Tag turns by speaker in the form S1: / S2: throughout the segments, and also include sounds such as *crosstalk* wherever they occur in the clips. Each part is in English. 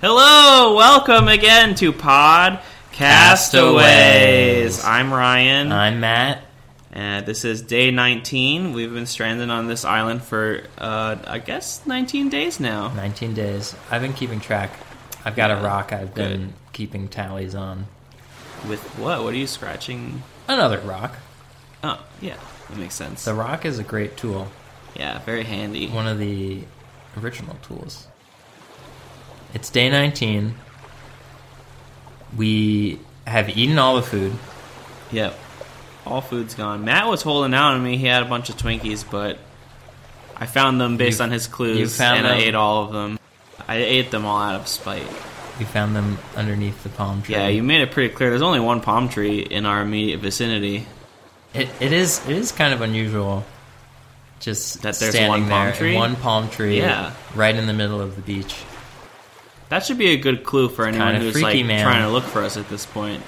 S1: Hello, welcome again to Pod Castaways.
S2: Castaways.
S1: I'm Ryan,
S2: I'm Matt.
S1: and this is day 19. We've been stranded on this island for, uh, I guess, 19 days now.
S2: 19 days. I've been keeping track. I've got a rock I've been keeping tallies on.
S1: With what? What are you scratching?
S2: Another rock.
S1: Oh, yeah, that makes sense.
S2: The rock is a great tool,
S1: yeah, very handy.
S2: one of the original tools. It's day 19. We have eaten all the food.
S1: Yep, all food's gone. Matt was holding out on me. He had a bunch of Twinkies, but I found them based
S2: You-
S1: on his clues,
S2: you found
S1: and I
S2: them?
S1: ate all of them. I ate them all out of spite.
S2: We found them underneath the palm tree.
S1: Yeah, you made it pretty clear. There's only one palm tree in our immediate vicinity.
S2: It, it is it is kind of unusual, just
S1: That there's
S2: standing
S1: one palm
S2: there, and
S1: tree?
S2: one palm tree,
S1: Yeah.
S2: right in the middle of the beach.
S1: That should be a good clue for anyone
S2: kinda
S1: who's
S2: freaky,
S1: like
S2: man.
S1: trying to look for us at this point.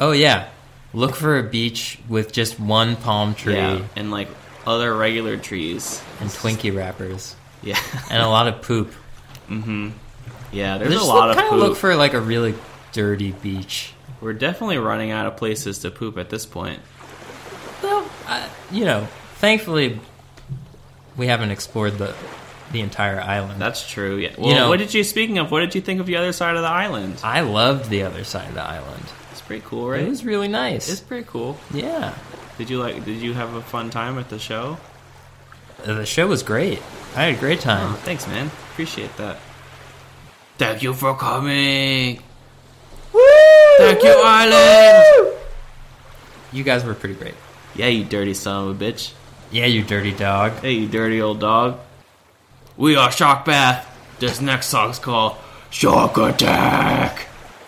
S2: Oh yeah, look for a beach with just one palm tree
S1: Yeah, and like other regular trees. *laughs*
S2: and Twinkie wrappers
S1: Yeah,
S2: and a lot of poop.
S1: yeah. There's
S2: Just
S1: a lot of
S2: look, kinda
S1: poop.
S2: look for like a really dirty beach.
S1: We're definitely running out of places to poop at this point.
S2: Well, I, you know, thankfully we haven't explored the the entire island.
S1: That's true. Yeah. Well,
S2: know-
S1: what did you speaking of? What did you think of the other side of the island?
S2: I loved the other side of the island.
S1: It's pretty cool, right?
S2: It was really nice.
S1: It's pretty cool.
S2: yeah.
S1: Did you like? Did you have a fun time at the show?
S2: The show was great. I had a great time.
S1: Oh, thanks, man. Appreciate that. Thank you for coming. Thank you, Ireland.
S2: You guys were pretty great.
S1: Yeah, you dirty son of a bitch.
S2: Yeah, you dirty dog.
S1: Hey, you dirty old dog. We are Shock Bath. This next song's called Shock Attack.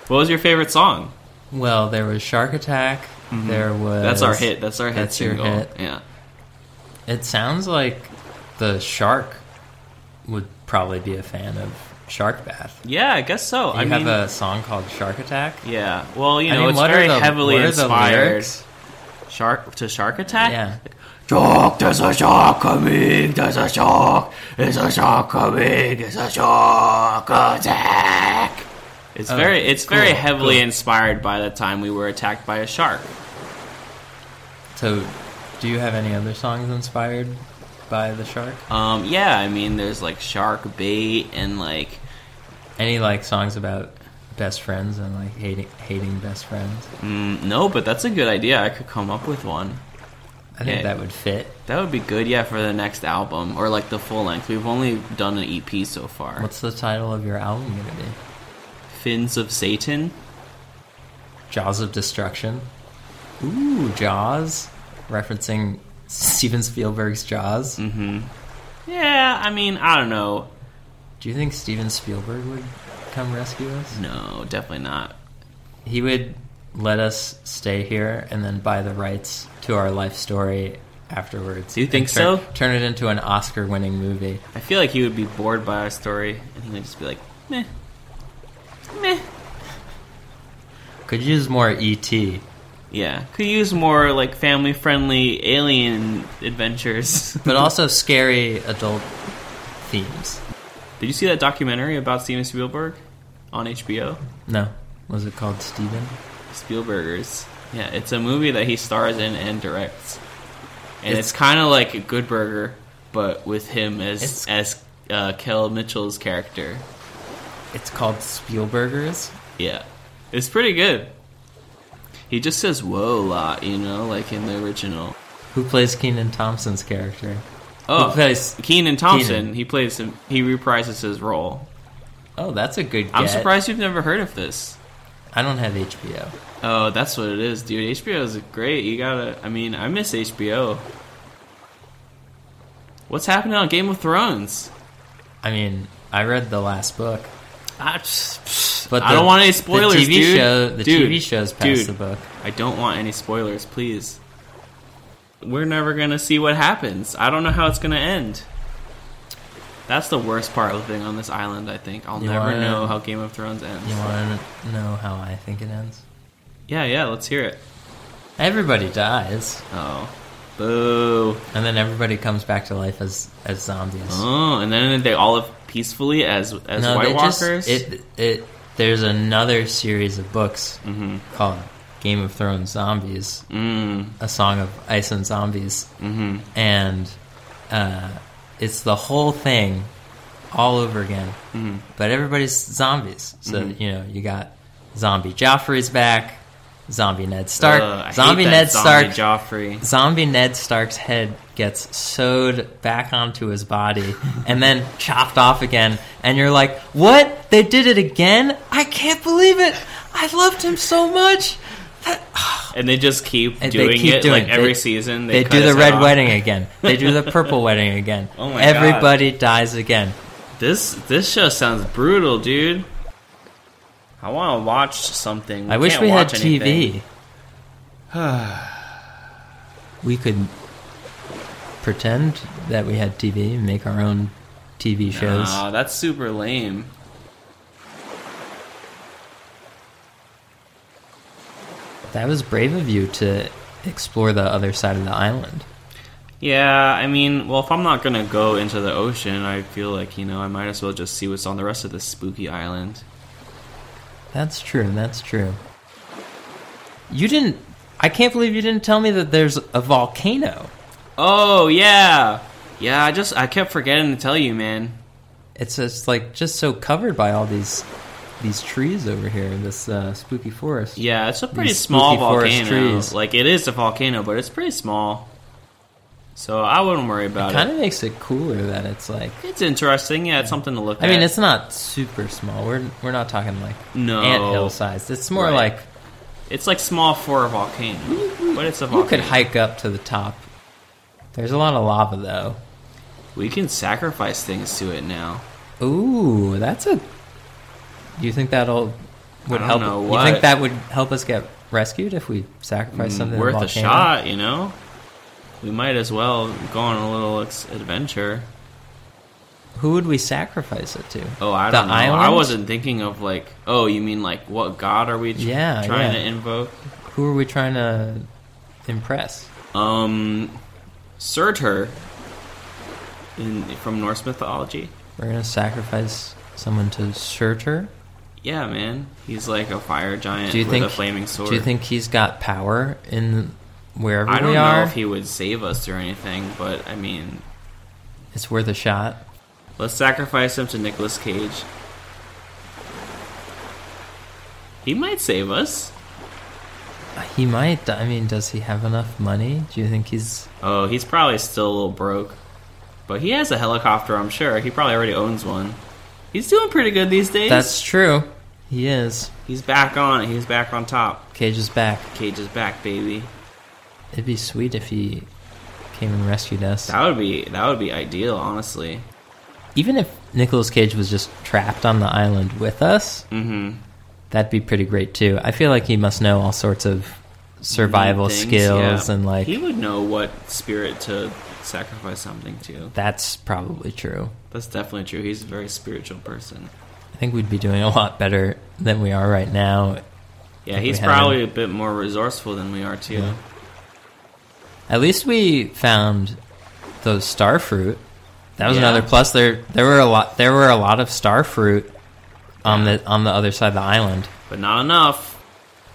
S1: What was your favorite song?
S2: Well, there was Shark Attack. There was.
S1: Mm-hmm. That's our hit. That's our hit
S2: That's your
S1: single.
S2: hit.
S1: Yeah.
S2: It sounds like the shark would probably be a fan of Shark Bath.
S1: Yeah, I guess so.
S2: You
S1: I
S2: have
S1: mean,
S2: a song called Shark Attack.
S1: yeah. Well, you
S2: I
S1: know,
S2: mean,
S1: it's
S2: what are
S1: very
S2: the-
S1: heavily
S2: what are the
S1: inspired.
S2: lyrics?
S1: Shark to Shark Attack.
S2: Yeah.
S3: Shark, there's a shark coming, there's a shark, there's a shark coming, there's a shark attack.
S1: It's very it's very
S2: cool,
S1: heavily
S2: cool.
S1: inspired by the time we were attacked by a shark.
S2: So, do you have any other songs inspired by the shark?
S1: Um, yeah, I mean, there's like shark bait and like
S2: Any like songs about best friends and like hating hating best friends?
S1: mm, no, but that's a good idea. I could come up with one.
S2: I think
S1: Yeah.
S2: that would fit.
S1: That would be good, yeah, for the next album or like the full length. We've only done an EP so far.
S2: What's the title of your album going to be?
S1: Fins of Satan?
S2: Jaws of Destruction. Ooh, Jaws, referencing Steven Spielberg's
S1: Mm.
S2: Jaws.
S1: Mm-hmm. Yeah, I mean, I don't know.
S2: Do you think Steven Spielberg would come rescue us?
S1: No, definitely not.
S2: He would let us stay here and then buy the rights to our life story afterwards.
S1: You think
S2: and turn-
S1: so?
S2: Turn it into an Oscar-winning movie.
S1: I feel like he would be bored by our story and he would just be like, meh. Meh.
S2: Could you use more E ET?
S1: Yeah, could use more like family friendly alien adventures. *laughs*
S2: But also scary adult themes.
S1: Did you see that documentary about Steven Spielberg on HBO?
S2: No, was it called Steven?
S1: Spielbergers. Yeah, it's a movie that he stars in and directs, and it's,
S2: It's-
S1: kind of like a Good Burger, but with him as
S2: It's-
S1: as uh, Kel Mitchell's character.
S2: It's called Spielbergers.
S1: Yeah, it's pretty good. He just says "whoa" a lot, you know, like in the original.
S2: Who plays Keenan Thompson's character?
S1: Oh,
S2: Who plays?
S1: Keenan Thompson.
S2: Keenan.
S1: He plays him. He reprises his role.
S2: Oh, that's a good.
S1: I'm
S2: get.
S1: surprised you've never heard of this.
S2: I don't have HBO.
S1: Oh, that's what it is, dude. HBO is great. You gotta. I mean, I miss HBO. What's happening on Game of Thrones?
S2: I mean, I read the last book,
S1: I, pfft,
S2: but
S1: I
S2: Ah, the-
S1: don't want any spoilers,
S2: The TV
S1: dude.
S2: show, the
S1: Dude,
S2: TV show's past
S1: dude,
S2: the book.
S1: I don't want any spoilers, please. We're never gonna see what happens. I don't know how it's gonna end. That's the worst part of living on this island. I think I'll
S2: You
S1: never
S2: wanna-
S1: know how Game of Thrones ends.
S2: You want to know how I think it ends?
S1: yeah, yeah. Let's hear it.
S2: Everybody dies,
S1: Oh, boo.
S2: and then everybody comes back to life as as zombies.
S1: Oh, and then they all have peacefully as as
S2: no,
S1: White
S2: they just-
S1: Walkers.
S2: it it there's another series of books called Game of Thrones Zombies,
S1: Mm-hmm. mm,
S2: a song of ice and zombies,
S1: mhm.
S2: and uh, it's the whole thing all over again.
S1: Mm-hmm.
S2: But everybody's zombies, so you know you got zombie Joffrey's back, zombie Ned Stark,
S1: Uh, I hate
S2: zombie
S1: that
S2: Ned
S1: zombie
S2: Stark,
S1: Joffrey.
S2: Zombie Ned Stark's head gets sewed back onto his body
S1: *laughs*
S2: and then chopped off again. And you're like, what? They did it again? I can't believe it. I loved him so much. That-
S1: And they just keep
S2: And
S1: doing
S2: they keep
S1: it
S2: doing
S1: like
S2: it.
S1: every
S2: They-
S1: season. They,
S2: They,
S1: cut
S2: do the
S1: his head
S2: red
S1: off.
S2: wedding again. They do
S1: *laughs*
S2: the purple wedding again.
S1: Oh my God.
S2: Everybody dies again.
S1: This this show sounds brutal, dude. I want to watch something.
S2: I wish
S1: can't
S2: we had
S1: watch anything.
S2: TV. *sighs* we could pretend that we had TV and make our own TV shows.
S1: Nah, that's super lame.
S2: That was brave of you to explore the other side of the island.
S1: Yeah, I mean, well, if I'm not gonna go into the ocean, I feel like you know I might as well just see what's on the rest of this spooky island.
S2: That's true, that's true. You didn't. I can't believe you didn't tell me that there's a volcano.
S1: Oh yeah, yeah. I just I kept forgetting to tell you, man.
S2: It's just like just so covered by all these these trees over here in this uh, spooky forest.
S1: Yeah, it's a pretty
S2: These
S1: small
S2: spooky forest
S1: volcano.
S2: trees.
S1: Like it is a volcano, but it's pretty small. So I wouldn't worry about it.
S2: Kind of makes it cooler that it's like.
S1: It's interesting. Yeah, it's something to look
S2: I
S1: at.
S2: mean, it's not super small. We're we're not talking like
S1: No.
S2: ant hill sized. It's more
S1: Right.
S2: like
S1: It's like small for a volcano, but it's a
S2: you
S1: volcano.
S2: could hike up to the top. There's a lot of lava though.
S1: We can sacrifice things to it now.
S2: Ooh, that's a. You think that'll would
S1: I don't
S2: help?
S1: know
S2: you
S1: what.
S2: think that would help us get rescued if we sacrifice something? to the
S1: Mm, Worth a
S2: volcano?
S1: shot, you know. We might as well go on a little ex- adventure.
S2: Who would we sacrifice it to?
S1: Oh, I
S2: The
S1: don't know.
S2: island?
S1: I wasn't thinking of like. Oh, you mean like what god are we? tr-
S2: Yeah,
S1: trying
S2: yeah.
S1: to invoke.
S2: Who are we trying to impress?
S1: Um, Surtur. In from Norse mythology.
S2: We're gonna sacrifice someone to Surtur.
S1: Yeah, man. He's like a fire giant
S2: Do you
S1: with
S2: think
S1: a flaming sword.
S2: Do you think he's got power in wherever
S1: I don't
S2: we
S1: know
S2: are?
S1: if he would save us or anything, but I mean,
S2: it's worth a shot.
S1: Let's sacrifice him to Nicolas Cage. He might save us.
S2: He might. I mean, does he have enough money? Do you think he's?
S1: Oh, he's probably still a little broke. But he has a helicopter, I'm sure. He probably already owns one. He's doing pretty good these days.
S2: That's true. He is.
S1: He's back on it. He's back on top.
S2: Cage is back.
S1: Cage is back, baby.
S2: It'd be sweet if he came and rescued us.
S1: That would be that would be ideal, honestly.
S2: Even if Nicolas Cage was just trapped on the island with us,
S1: hmm
S2: that'd be pretty great too. I feel like he must know all sorts of survival
S1: Things,
S2: skills
S1: yeah.
S2: and like
S1: he would know what spirit to sacrifice something to.
S2: that's probably true.
S1: That's definitely true. He's a very spiritual person.
S2: I think we'd be doing a lot better than we are right now.
S1: Yeah,
S2: Think we
S1: he's
S2: have him.
S1: probably a bit more resourceful than we are too.
S2: Yeah. At least we found those star fruit. That was
S1: Yeah.
S2: another plus. There there were a lot there were a lot of star fruit on the on the other side of the island.
S1: But not enough.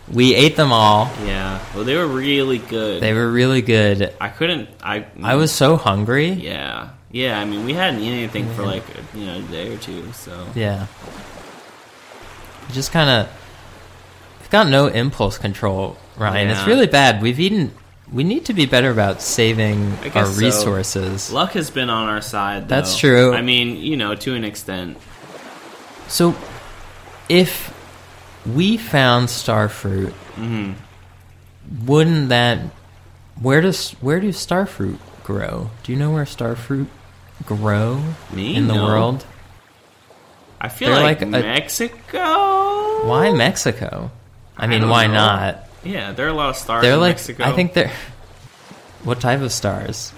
S2: We ate them all.
S1: Yeah. Well, they were really good.
S2: They were really good.
S1: I couldn't. I.
S2: I was so hungry.
S1: Yeah. Yeah. I mean, we hadn't eaten anything for like you know a day or two. So
S2: Yeah. Just kind of. I've got no impulse control, Ryan.
S1: Yeah.
S2: It's really bad. We've eaten. We need to be better about saving
S1: I guess
S2: our
S1: so.
S2: resources. So.
S1: luck has been on our side. Though.
S2: That's true.
S1: I mean, you know, to an extent.
S2: if we found starfruit,
S1: Mm-hmm.
S2: wouldn't that? Where does where do starfruit grow? Do you know where starfruit grow
S1: Me?
S2: in the
S1: No.
S2: world?
S1: I feel
S2: They're
S1: like,
S2: like a-
S1: Mexico.
S2: Why Mexico? I mean,
S1: don't
S2: why
S1: know.
S2: not?
S1: Yeah, there are a lot of stars
S2: They're
S1: in
S2: like
S1: Mexico.
S2: I think they're what type of stars?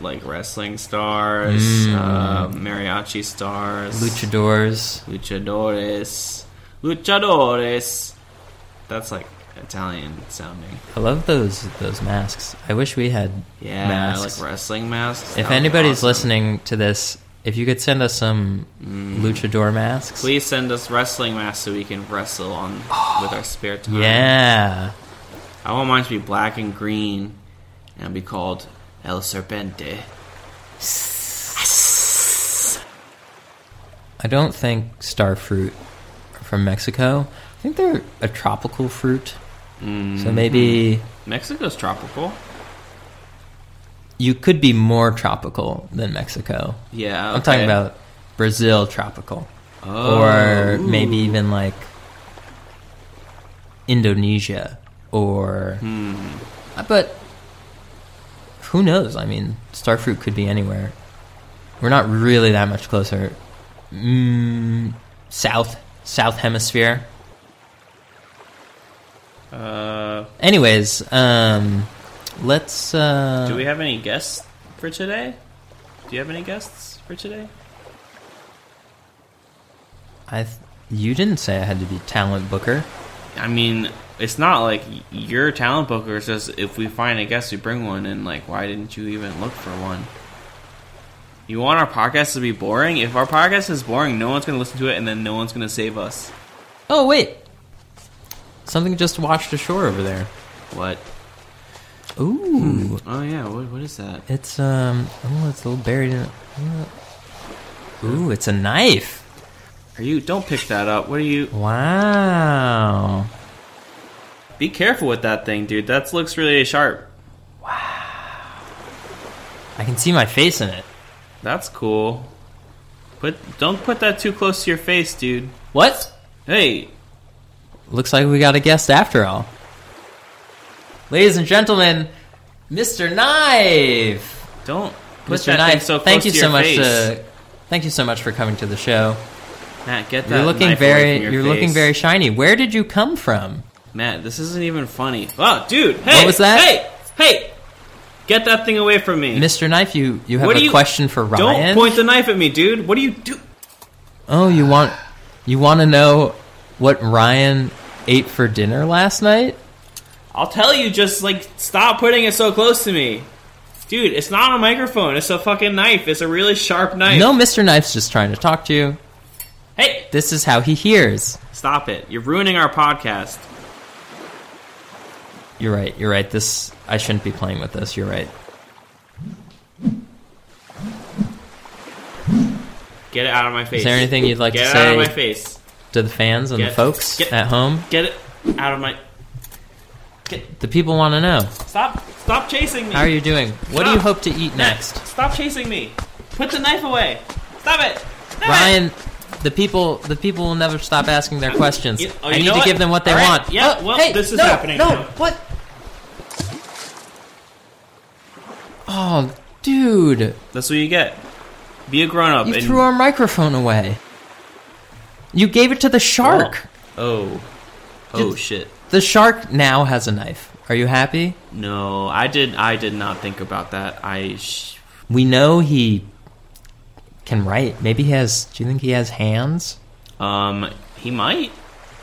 S1: like wrestling stars,
S2: Mm.
S1: uh, mariachi stars,
S2: Luchadors.
S1: Luchadores. Luchadores. That's like Italian sounding.
S2: I love those those masks. I wish we had
S1: Yeah,
S2: masks.
S1: like wrestling masks.
S2: if
S1: That would be
S2: anybody's
S1: awesome.
S2: listening to this If you could send us some
S1: Mm.
S2: luchador masks,
S1: Please send us wrestling masks so we can wrestle on with our spare time.
S2: Yeah,
S1: I want mine to be black and green and be called El Serpente.
S2: I don't think star fruit are from Mexico. I think they're a tropical fruit. So maybe
S1: Mexico's tropical.
S2: you could be more tropical than Mexico.
S1: Yeah.
S2: I'm talking
S1: okay.
S2: about Brazil tropical.
S1: Oh,
S2: or maybe
S1: ooh.
S2: even like Indonesia or
S1: Hmm.
S2: Uh, but who knows? I mean, starfruit could be anywhere. We're not really that much closer. Mm, south South Hemisphere.
S1: Uh,
S2: Anyways, um, let's. Uh,
S1: do we have any guests for today? Do you have any guests for today?
S2: I th- you didn't say I had to be talent booker.
S1: I mean, it's not like your talent booker. It's just if we find a guest, we bring one. And like, why didn't you even look for one? You want our podcast to be boring? If our podcast is boring, no one's gonna listen to it, and then no one's gonna save us.
S2: Oh wait, something just washed ashore over there.
S1: What?
S2: Ooh,
S1: Oh yeah, what, what is that?
S2: it's um, oh, it's a little buried in. uh, Ooh, it's a knife.
S1: Are you? Don't pick that up. What are you?
S2: Wow.
S1: Be careful with that thing, dude. That looks really sharp.
S2: I can see my face in it.
S1: That's cool. Put don't put that too close to your face, dude.
S2: What?
S1: Hey,
S2: Looks like we got a guest after all. Ladies and gentlemen, Mr. Knife.
S1: don't put
S2: Mr.
S1: that
S2: Knife,
S1: thing so close
S2: thank you
S1: to
S2: so
S1: your
S2: much.
S1: face.
S2: uh, thank you so much for coming to the show.
S1: Matt, get that.
S2: You're looking
S1: knife away
S2: very,
S1: from your
S2: you're looking
S1: face.
S2: very shiny. Where did you come from?
S1: Matt, this isn't even funny. Oh, dude. Hey,
S2: was that?
S1: Hey, hey, get that thing away from me,
S2: Mr. Knife, you, you have
S1: What
S2: a
S1: do you-
S2: question for Ryan.
S1: Don't point the knife at me, dude. What do you do?
S2: oh, you want you want to know what Ryan ate for dinner last night?
S1: I'll tell you. Just like stop putting it so close to me, dude. It's not a microphone. It's a fucking knife. It's a really sharp knife.
S2: No, Mr. Knife's just trying to talk to you.
S1: Hey,
S2: This is how he hears.
S1: stop it. You're ruining our podcast.
S2: You're right. You're right. This I shouldn't be playing with this. You're right.
S1: Get it out of my face.
S2: Is there anything you'd like
S1: Get it
S2: to
S1: out of my
S2: say
S1: face.
S2: to the fans and
S1: Get-
S2: the folks
S1: get-
S2: at home?
S1: Get it out of my. Get
S2: The people want to know.
S1: stop. Stop chasing me.
S2: How are you doing? What do
S1: Ah.
S2: you hope to eat
S1: Matt,
S2: next?
S1: Stop chasing me. Put the knife away. Stop it. Stop it.
S2: Ryan, the people the people will never stop asking their questions.
S1: You- oh,
S2: I
S1: you
S2: need
S1: know
S2: to
S1: what?
S2: give them what they
S1: All right,
S2: want.
S1: yeah,
S2: Oh,
S1: well,
S2: hey,
S1: this is
S2: no,
S1: happening
S2: No,
S1: now.
S2: what? Oh, dude,
S1: That's what you get. Be a grown up.
S2: you threw our microphone away. You gave it to the shark.
S1: Oh. Oh
S2: Did-
S1: shit.
S2: The shark now has a knife. Are you happy?
S1: No, I did. I did not think about that. I. Sh-
S2: We know he can write. Maybe he has. Do you think he has hands?
S1: um. He might.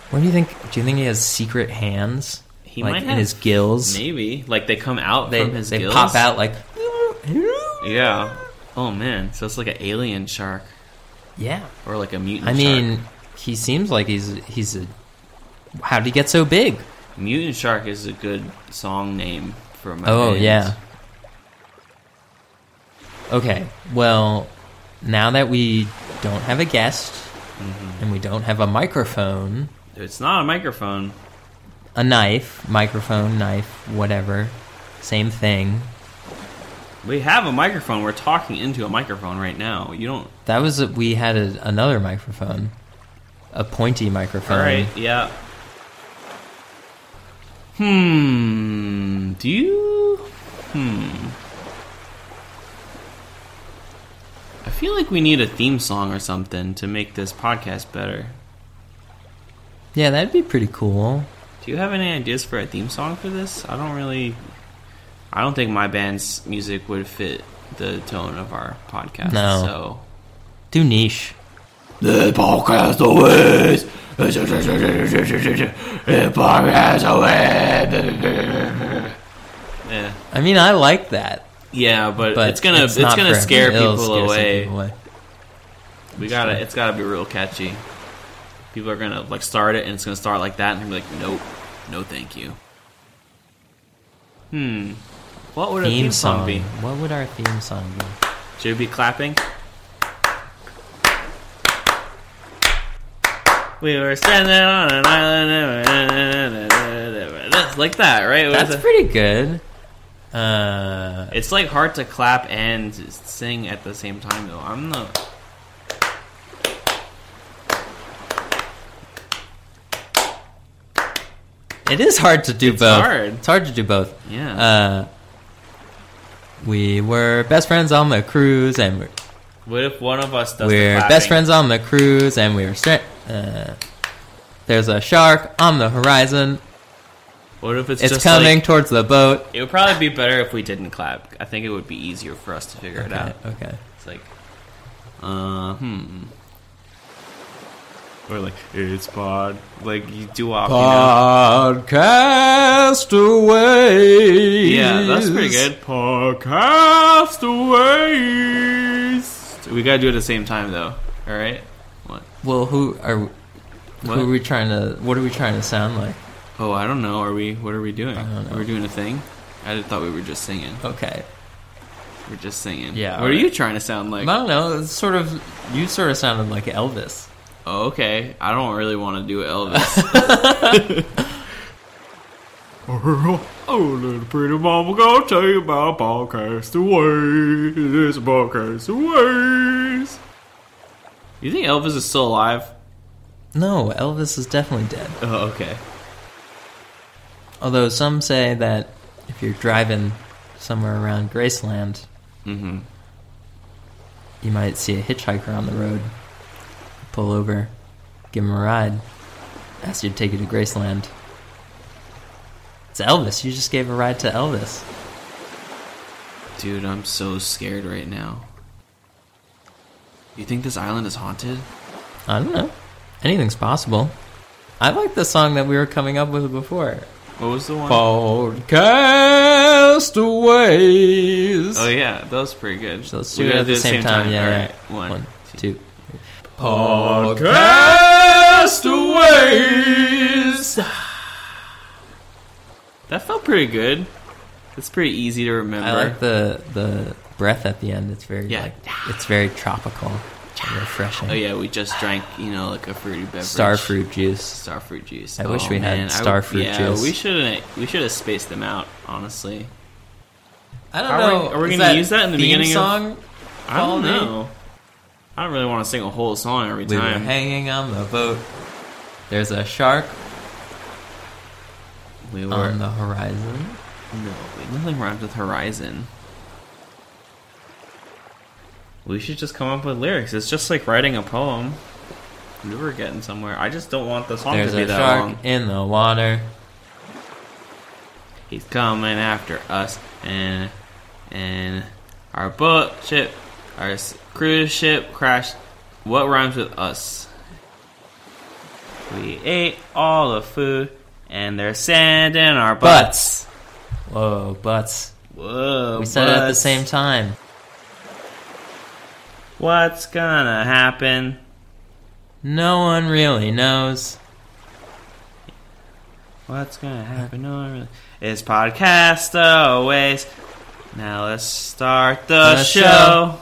S2: What do you think? Do you think he has secret hands?
S1: He
S2: like
S1: might
S2: in
S1: have-
S2: his gills.
S1: Maybe. Like they come out
S2: They
S1: from his
S2: they
S1: gills.
S2: pop out like.
S1: Yeah. Oh man. So it's like an alien shark
S2: Yeah.
S1: or like a mutant.
S2: I
S1: shark.
S2: mean, he seems like he's he's a. How would he get so big?
S1: Mutant Shark is a good song name for my.
S2: Oh
S1: band.
S2: yeah. Okay. Well, now that we don't have a guest
S1: Mm-hmm.
S2: and we don't have a microphone,
S1: it's not a microphone.
S2: a knife, microphone, knife, whatever, same thing.
S1: We have a microphone. We're talking into a microphone right now. You don't.
S2: That was a, we had a, another microphone, a pointy microphone.
S1: All right. Yeah. Hmm. Do you? Hmm. I feel like we need a theme song or something to make this podcast better.
S2: Yeah, that'd be pretty cool.
S1: Do you have any ideas for a theme song for this? I don't really. I don't think my band's music would fit the tone of our podcast.
S2: No.
S1: So
S2: Do niche.
S3: The podcast awaits. The podcast awaits.
S1: Yeah,
S2: I mean, I like that,
S1: yeah, but,
S2: but
S1: it's gonna it's,
S2: not
S1: gonna
S2: for
S1: scare
S2: everyone.
S1: people
S2: It'll scare some
S1: away.
S2: people away.
S1: We gotta. It's gotta be real catchy. People are gonna like start it, and it's gonna start like that, and they're gonna be like, "Nope, no, thank you." Hmm. What would a theme song be?
S2: What would our theme song be?
S1: Should we be clapping? We were standing on an island. That's like that, right? It was
S2: That's
S1: a-
S2: pretty good. Uh,
S1: It's like hard to clap and sing at the same time, though. I'm not.
S2: it is hard to do both.
S1: hard.
S2: It's hard to do both.
S1: Yeah.
S2: Uh, we were best friends on the cruise, and we're,
S1: what if one of us does? the
S2: we're
S1: clapping?
S2: best friends on the cruise, and we were. Stra- uh, there's a shark on the horizon.
S1: What if it's,
S2: It's,
S1: just
S2: coming
S1: like-
S2: towards the boat.
S1: it would probably be better if we didn't clap. I think it would be easier for us to figure it
S2: Okay,
S1: out.
S2: okay.
S1: It's like, uh, hmm. Or like it's pod. Like you do off.
S2: Podcast
S1: You know? Yeah, that's pretty good. Podcast aways. We gotta do it at the same time though. All right. What?
S2: Well, who are
S1: What?
S2: who are we trying to? What are we trying to sound like?
S1: Oh, I don't know. Are we? What are we doing?
S2: I don't know.
S1: Are we doing a thing? I just thought we were just singing.
S2: Okay,
S1: We're just singing.
S2: Yeah,
S1: What are
S2: alright.
S1: you trying to sound like?
S2: I don't know. It's sort of you sort of sounded like Elvis.
S1: Oh, okay. I don't really want to do Elvis.
S2: *laughs*
S4: *laughs* Oh, little pretty mama, gonna tell you about podcast away. It is a podcast away.
S1: you think Elvis is still alive?
S2: No, Elvis is definitely dead.
S1: Oh, okay.
S2: Although some say that if you're driving somewhere around Graceland,
S1: Mm-hmm.
S2: you might see a hitchhiker on the road. Pull over, give him a ride, ask you to take you to Graceland. It's Elvis. You just gave a ride to Elvis.
S1: Dude, I'm so scared right now. You think this island is haunted?
S2: I don't know. Anything's possible. I like the song that we were coming up with before.
S1: What was the one?
S2: Podcastaways.
S1: Oh yeah, that was pretty good.
S2: So let's
S1: We
S2: do it
S1: gotta
S2: at the same, time. Yeah,
S1: All
S2: yeah.
S1: right. One.
S2: One, two.
S1: That felt pretty good. It's pretty easy to remember.
S2: I like the the breath at the end. It's very
S1: Yeah.
S2: like it's very tropical, and refreshing.
S1: Oh yeah, we just drank, you know, like a fruity beverage.
S2: Starfruit juice.
S1: Star fruit juice. Oh,
S2: I wish we had
S1: I w-
S2: star fruit
S1: yeah,
S2: juice.
S1: we shouldn't. We should have spaced them out. Honestly,
S2: I don't
S1: Are we-
S2: know.
S1: are we
S2: is
S1: gonna use that in the
S2: theme
S1: beginning of-
S2: song?
S1: I don't
S2: Follow me.
S1: know. I don't really want to sing a whole song every
S2: We were
S1: time.
S2: hanging on the boat. There's a shark
S1: we were
S2: on the horizon.
S1: no, wait, nothing rhymes with horizon. We should just come up with lyrics. It's just like writing a poem. We were getting somewhere. I just don't want the song
S2: There's
S1: to be
S2: a
S1: that
S2: shark
S1: long.
S2: in the water.
S1: He's coming after us, and and our boat ship, our s- cruise ship crashed. What rhymes with us? We ate all the food, and there's sand in our butts.
S2: Butts. Whoa, butts.
S1: Whoa!
S2: We said it at the
S1: butts.
S2: same time.
S1: What's gonna happen?
S2: No one really knows.
S1: What's gonna happen? No, I really. It's podcast always. Now let's start the,
S2: The
S1: show.
S2: show.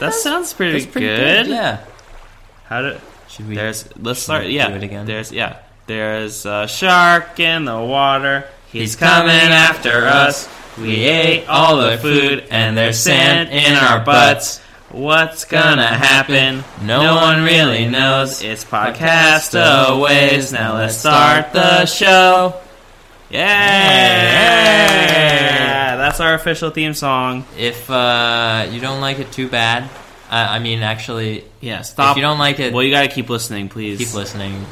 S1: That sounds pretty,
S2: That's pretty
S1: good.
S2: good. Yeah.
S1: How do?
S2: Should we?
S1: There's let's
S2: Should
S1: start
S2: we
S1: yeah.
S2: do it again?
S1: There's yeah. There's a shark in the water. He's,
S2: He's
S1: coming
S2: coming
S1: after
S2: after
S1: us.
S2: us.
S1: We ate all the food and there's sand in our butts. What's gonna happen? No, one really knows. It's podcast aways. Now let's start the show. Yeah,
S2: Yeah.
S1: that's our official theme song.
S2: If uh, you don't like it, too bad. I, I mean, actually,
S1: Yeah, stop.
S2: If you don't like it,
S1: well, you gotta keep listening, please.
S2: keep listening.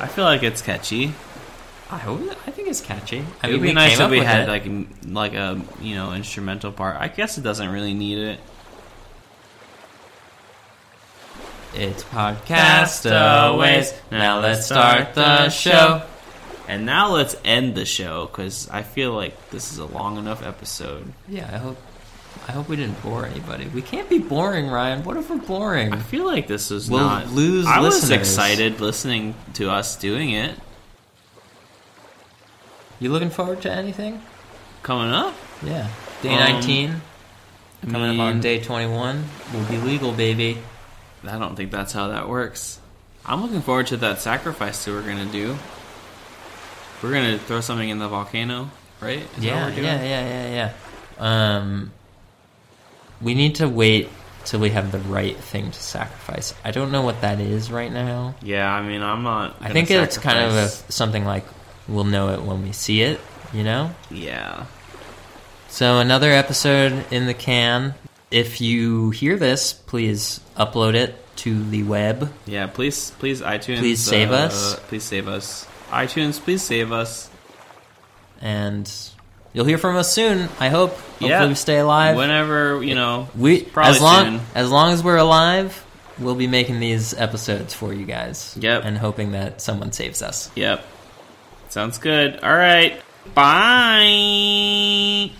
S1: I feel like it's catchy.
S2: I hope. I think it's catchy. I
S1: It
S2: mean,
S1: would be
S2: we
S1: nice if
S2: came up
S1: we
S2: with
S1: had
S2: it.
S1: like m- like a you know instrumental part. I guess it doesn't really need it.
S2: It's podcastaways. Now let's start the show.
S1: And now let's end the show because I feel like this is a long enough episode.
S2: Yeah, I hope. I hope we didn't bore anybody. We can't be boring, Ryan. What if we're boring?
S1: I feel like this is
S2: We'll
S1: not.
S2: lose
S1: I was
S2: listeners.
S1: excited listening to us doing it.
S2: You looking forward to anything?
S1: Coming up,
S2: Yeah. Day
S1: Um,
S2: 19. Coming up on
S1: mean-
S2: day 21. We'll be legal, baby.
S1: I don't think that's how that works. I'm looking forward to that sacrifice that we're gonna do. We're gonna throw something in the volcano, right? Is that
S2: yeah,
S1: what we're doing?
S2: yeah, yeah, yeah, yeah. Um, we need to wait till we have the right thing to sacrifice. I don't know what that is right now.
S1: Yeah, I mean, I'm not.
S2: I
S1: gonna
S2: think it's kind of a,
S1: sacrifice-
S2: something like we'll know it when we see it, you know?
S1: yeah.
S2: So another episode in the can. If you hear this, please upload it to the web.
S1: Yeah, please, please, iTunes. uh,
S2: Please save us.
S1: Please save us. iTunes, please save us.
S2: and you'll hear from us soon. I hope. Hopefully,
S1: yeah.
S2: we stay alive.
S1: Whenever, you know.
S2: we
S1: probably
S2: as long
S1: soon.
S2: as long as we're alive, we'll be making these episodes for you guys.
S1: Yep.
S2: and hoping that someone saves us.
S1: Yep. Sounds good. All right. Bye.